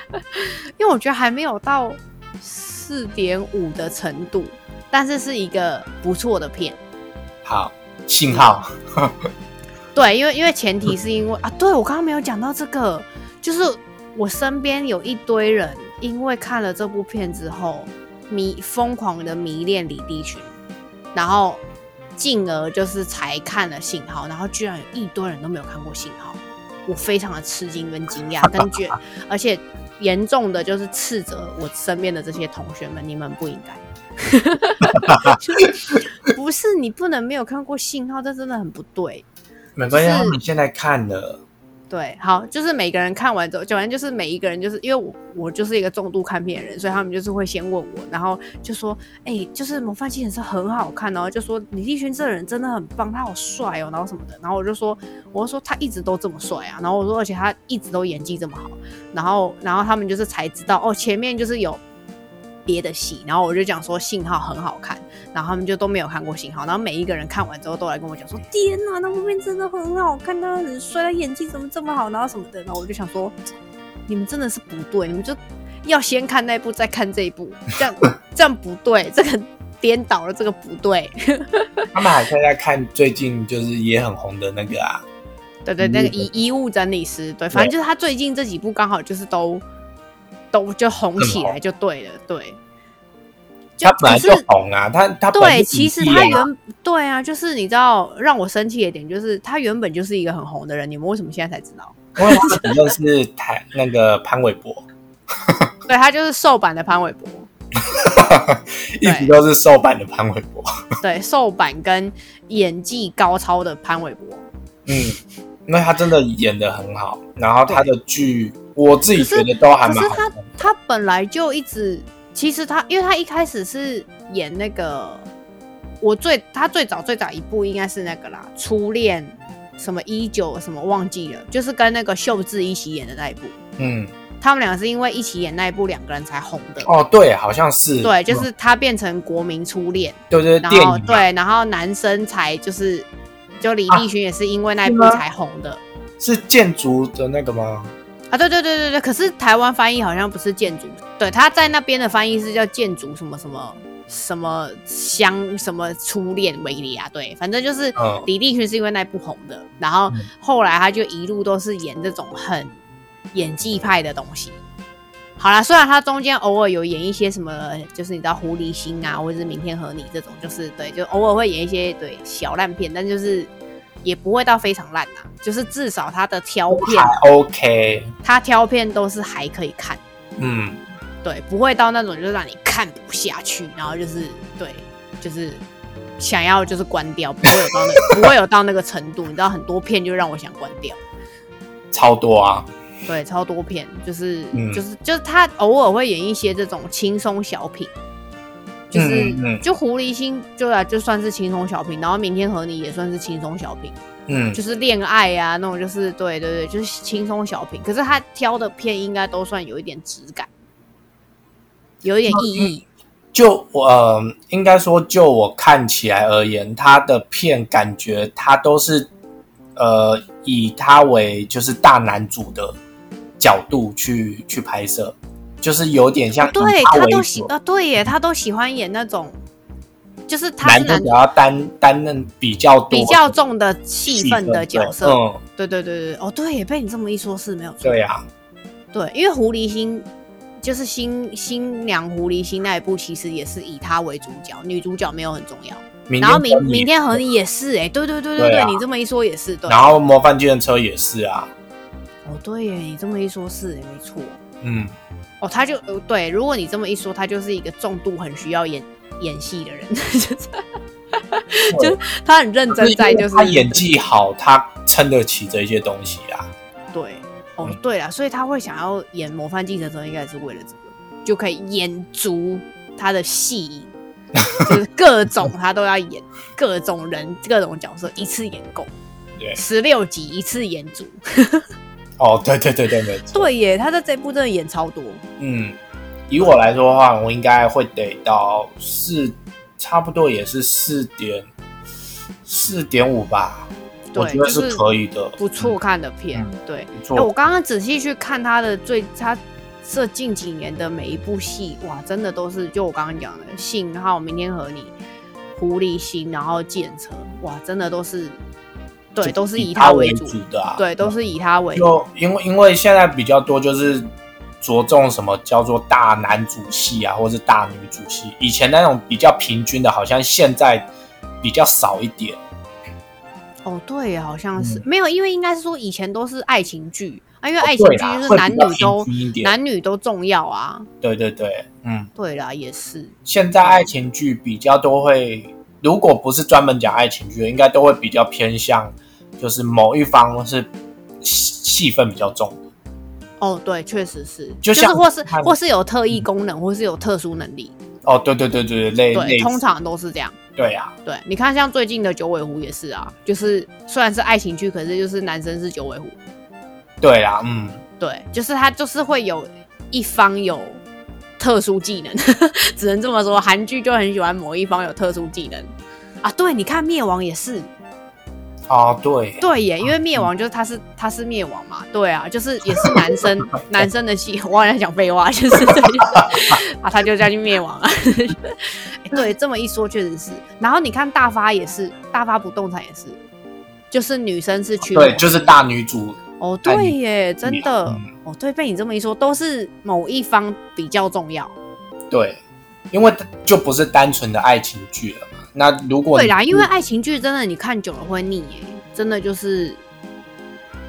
Speaker 1: 因为我觉得还没有到四点五的程度，但是是一个不错的片。
Speaker 2: 好，信号，
Speaker 1: 对，因为因为前提是因为啊，对我刚刚没有讲到这个，就是我身边有一堆人因为看了这部片之后，迷疯狂的迷恋李立群，然后进而就是才看了《信号》，然后居然有一堆人都没有看过《信号》，我非常的吃惊跟惊讶，跟觉，而且严重的就是斥责我身边的这些同学们，你们不应该。 不是你不能没有看过信号，这真的很不对。
Speaker 2: 没关系，
Speaker 1: 就是
Speaker 2: 他们现在看了，
Speaker 1: 对，好，就是每个人看完之后，反正就是每一个人，就是因为我我就是一个重度看片的人，所以他们就是会先问我，然后就说，哎、就是《模范七人是很好看哦，就说李立勋这个人真的很棒，他好帅哦，然后什么的，然后我就说，我就说哦他一直都这么帅啊，然后我说而且他一直都演技这么好，然后然后他们就是才知道哦，前面就是有别的戏，然后我就讲说信号很好看，然后他们就都没有看过信号，然后每一个人看完之后都来跟我讲说，天哪，那部片真的很好看，他很帅，他演技怎么这么好，然后什么的，然后我就想说，你们真的是不对，你们就要先看那部再看这一部，这样 这样不对，这个颠倒了，这个不对，
Speaker 2: 他们还在在看最近就是也很红的那个啊，
Speaker 1: 对对，
Speaker 2: 嗯
Speaker 1: 那个衣衣物整理师，对，反正就是他最近这几部刚好就是都都就红起来就对了，对，就
Speaker 2: 他本来
Speaker 1: 可是
Speaker 2: 就红啊，他他本来
Speaker 1: 对，
Speaker 2: 就
Speaker 1: 其实
Speaker 2: 影帝
Speaker 1: 他
Speaker 2: 啊
Speaker 1: 原对啊，就是你知道让我生气的点，就是他原本就是一个很红的人，你们为什么现在才知道？
Speaker 2: 因为他只认识台那个潘玮柏，
Speaker 1: 对他就是瘦版的潘玮柏，
Speaker 2: 一直都是瘦版的潘玮 柏。
Speaker 1: 对， 瘦版跟演技高超的潘玮柏。
Speaker 2: 嗯，因为他真的演的很好，然后他的剧我自己觉得都还
Speaker 1: 可
Speaker 2: 蛮
Speaker 1: 是
Speaker 2: 好
Speaker 1: 他
Speaker 2: 看。
Speaker 1: 他本来就一直，其实他因为他一开始是演那个，我最他最早最早一部应该是那个啦，初恋什么一九什么忘记了，就是跟那个秀智一起演的那一部。
Speaker 2: 嗯，
Speaker 1: 他们俩是因为一起演那一部，两个人才红的。
Speaker 2: 哦，对，好像是，
Speaker 1: 对，就是他变成国民初恋，
Speaker 2: 对对
Speaker 1: 然
Speaker 2: 电
Speaker 1: 后
Speaker 2: 影啊嘛，啊
Speaker 1: 对，然后男生才就是，就李立群也是因为那一部
Speaker 2: 是吗
Speaker 1: 才红的
Speaker 2: 是建筑的那个吗？
Speaker 1: 啊，对对对对对。可是台湾翻译好像不是建筑，对，他在那边的翻译是叫建筑什么什么什么香什么初恋维尼亚，对，反正就是
Speaker 2: 嗯
Speaker 1: 李立群是因为那一部红的，然后
Speaker 2: 嗯
Speaker 1: 后来他就一路都是演这种很演技派的东西。好啦，虽然他中间偶尔有演一些什么，就是你知道狐狸星啊，或者是明天和你这种，就是对，就偶尔会演一些对小烂片，但就是也不会到非常烂啊，就是至少他的挑片，
Speaker 2: 还 OK，
Speaker 1: 他挑片都是还可以看，
Speaker 2: 嗯，
Speaker 1: 对，不会到那种就是让你看不下去，然后就是对，就是想要就是关掉，不会有到那不会有到那个程度，你知道很多片就让我想关掉，
Speaker 2: 超多啊，
Speaker 1: 对，超多片就是、
Speaker 2: 嗯
Speaker 1: 就是就是他偶尔会演一些这种轻松小品，就是、
Speaker 2: 嗯嗯嗯
Speaker 1: 就狐狸星就啊就算是轻松小品，然后明天和你也算是轻松小品，
Speaker 2: 嗯
Speaker 1: 就是恋爱啊那种，就是对对对，就是轻松小品。可是他挑的片应该都算有一点质感，有
Speaker 2: 哦
Speaker 1: 一点意义。
Speaker 2: 就我、呃、应该说，就我看起来而言，他的片感觉他都是呃以他为就是大男主的角度去去拍摄，就是有点像以
Speaker 1: 哦对
Speaker 2: 他
Speaker 1: 他
Speaker 2: 嗯为
Speaker 1: 都喜
Speaker 2: 主，
Speaker 1: 啊，对耶，他都喜欢演那种，就是他
Speaker 2: 男
Speaker 1: 是
Speaker 2: 主
Speaker 1: 男
Speaker 2: 角要担担任比较多
Speaker 1: 比较重的气
Speaker 2: 戏
Speaker 1: 氛的
Speaker 2: 对
Speaker 1: 角色。
Speaker 2: 嗯，
Speaker 1: 对对对对，对哦对耶，被你这么一说是没有错。
Speaker 2: 对啊，
Speaker 1: 对，因为狐狸星就是新新娘狐狸星那一部，其实也是以他为主角，女主角没有很重要。
Speaker 2: 明
Speaker 1: 然后
Speaker 2: 天
Speaker 1: 明
Speaker 2: 跟你
Speaker 1: 明天和你也是哎、对对对对
Speaker 2: 对啊
Speaker 1: 你这么一说也是对。
Speaker 2: 然后模范计程车也是啊，
Speaker 1: 哦，对耶，你这么一说是耶，没错。
Speaker 2: 嗯，
Speaker 1: 哦，他就呃对，如果你这么一说，他就是一个重度很需要演演戏的人， 就是就是他很认真在，就是
Speaker 2: 他演技好，他撑得起这些东西啊，
Speaker 1: 对。哦
Speaker 2: 嗯，
Speaker 1: 对了，所以他会想要演《模范继承者》，应该也是为了这个，就可以演足他的戏 瘾，就是各种他都要演，各种人、各种角色一次演够，
Speaker 2: 对，
Speaker 1: 十六集一次演足。
Speaker 2: 哦，对对对对，没错。
Speaker 1: 对耶，他在这部真的演超多。
Speaker 2: 嗯，以我来说的话，我应该会得到四，差不多也是四点四点五吧，
Speaker 1: 对
Speaker 2: 我觉得
Speaker 1: 就是
Speaker 2: 是可以的，
Speaker 1: 不错看的片。
Speaker 2: 嗯
Speaker 1: 对，
Speaker 2: 嗯，不
Speaker 1: 哎、我
Speaker 2: 错，
Speaker 1: 刚刚仔细去看他的最他这近几年的每一部戏，哇，真的都是就我刚刚讲的《信号》《明天和你》《狐狸心》，然后《建车》，哇，真的都是对，都是以
Speaker 2: 他
Speaker 1: 为
Speaker 2: 主的啊，
Speaker 1: 对，都是以他为主。
Speaker 2: 就因为因为现在比较多就是着重什么叫做大男主戏啊，或是大女主戏，以前那种比较平均的，好像现在比较少一点，
Speaker 1: 哦，对，好像是、
Speaker 2: 嗯
Speaker 1: 没有，因为应该是说以前都是爱情剧啊，因为
Speaker 2: 哦
Speaker 1: 爱情
Speaker 2: 对
Speaker 1: 剧
Speaker 2: 啦
Speaker 1: 就是
Speaker 2: 会
Speaker 1: 男
Speaker 2: 比较
Speaker 1: 女都
Speaker 2: 平均一点
Speaker 1: 男女都重要啊。
Speaker 2: 对对对，嗯。
Speaker 1: 对啦，也是。
Speaker 2: 现在爱情剧比较多会，如果不是专门讲爱情剧的，应该都会比较偏向就是某一方是戏戏份比较重的。
Speaker 1: 哦，对，确实是，
Speaker 2: 就是像
Speaker 1: 或是
Speaker 2: 看
Speaker 1: 或是有特异功能，或是有特殊能力，
Speaker 2: 哦，对对对对对，类
Speaker 1: 对，
Speaker 2: 类似
Speaker 1: 通常都是这样。
Speaker 2: 对啊，
Speaker 1: 对，你看像最近的九尾狐也是啊，就是虽然是爱情剧，可是就是男生是九尾狐，
Speaker 2: 对啊，嗯，
Speaker 1: 对，就是他就是会有一方有特殊技能， 只能这么说。韩剧就很喜欢某一方有特殊技能啊，对，你看灭亡也是，
Speaker 2: 哦对，
Speaker 1: 对耶，因为灭亡就是他是他是灭亡嘛，对啊，就是也是男生 男生的戏，我好像讲废话，就是对，就是 啊，他就这样去灭亡啊。 哎对，这么一说确实是。然后你看大发也是，大发不动产也是，就是女生是驱魔
Speaker 2: 哦对，就是大女主，
Speaker 1: 哦，
Speaker 2: 大
Speaker 1: 对
Speaker 2: 女
Speaker 1: 耶，真的
Speaker 2: 嗯
Speaker 1: 哦，对，被你这么一说，都是某一方比较重要。
Speaker 2: 对，因为就不是单纯的爱情剧了嘛。那如果
Speaker 1: 对啦，因为爱情剧真的你看久了会腻耶、真的就是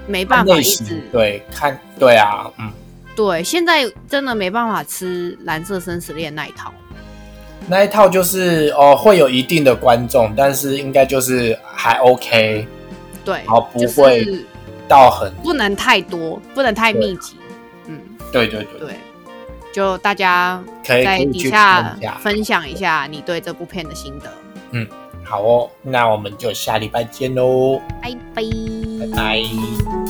Speaker 1: 没办法
Speaker 2: 类
Speaker 1: 一
Speaker 2: 型
Speaker 1: 直
Speaker 2: 对看对啊，嗯，
Speaker 1: 对，现在真的没办法吃蓝色生死恋那一套。
Speaker 2: 那一套就是哦会有一定的观众，但是应该就是还 OK，
Speaker 1: 对，
Speaker 2: 好不
Speaker 1: 就
Speaker 2: 会
Speaker 1: 是
Speaker 2: 到很
Speaker 1: 不能太多，不能太密集。嗯，
Speaker 2: 对对对，
Speaker 1: 对，就大家
Speaker 2: 可以可
Speaker 1: 在
Speaker 2: 以
Speaker 1: 底
Speaker 2: 去看
Speaker 1: 下
Speaker 2: 一下。
Speaker 1: 分享一下你对这部片的心得。
Speaker 2: 好哦，那我们就下礼拜见喽，
Speaker 1: 拜拜。
Speaker 2: 拜拜。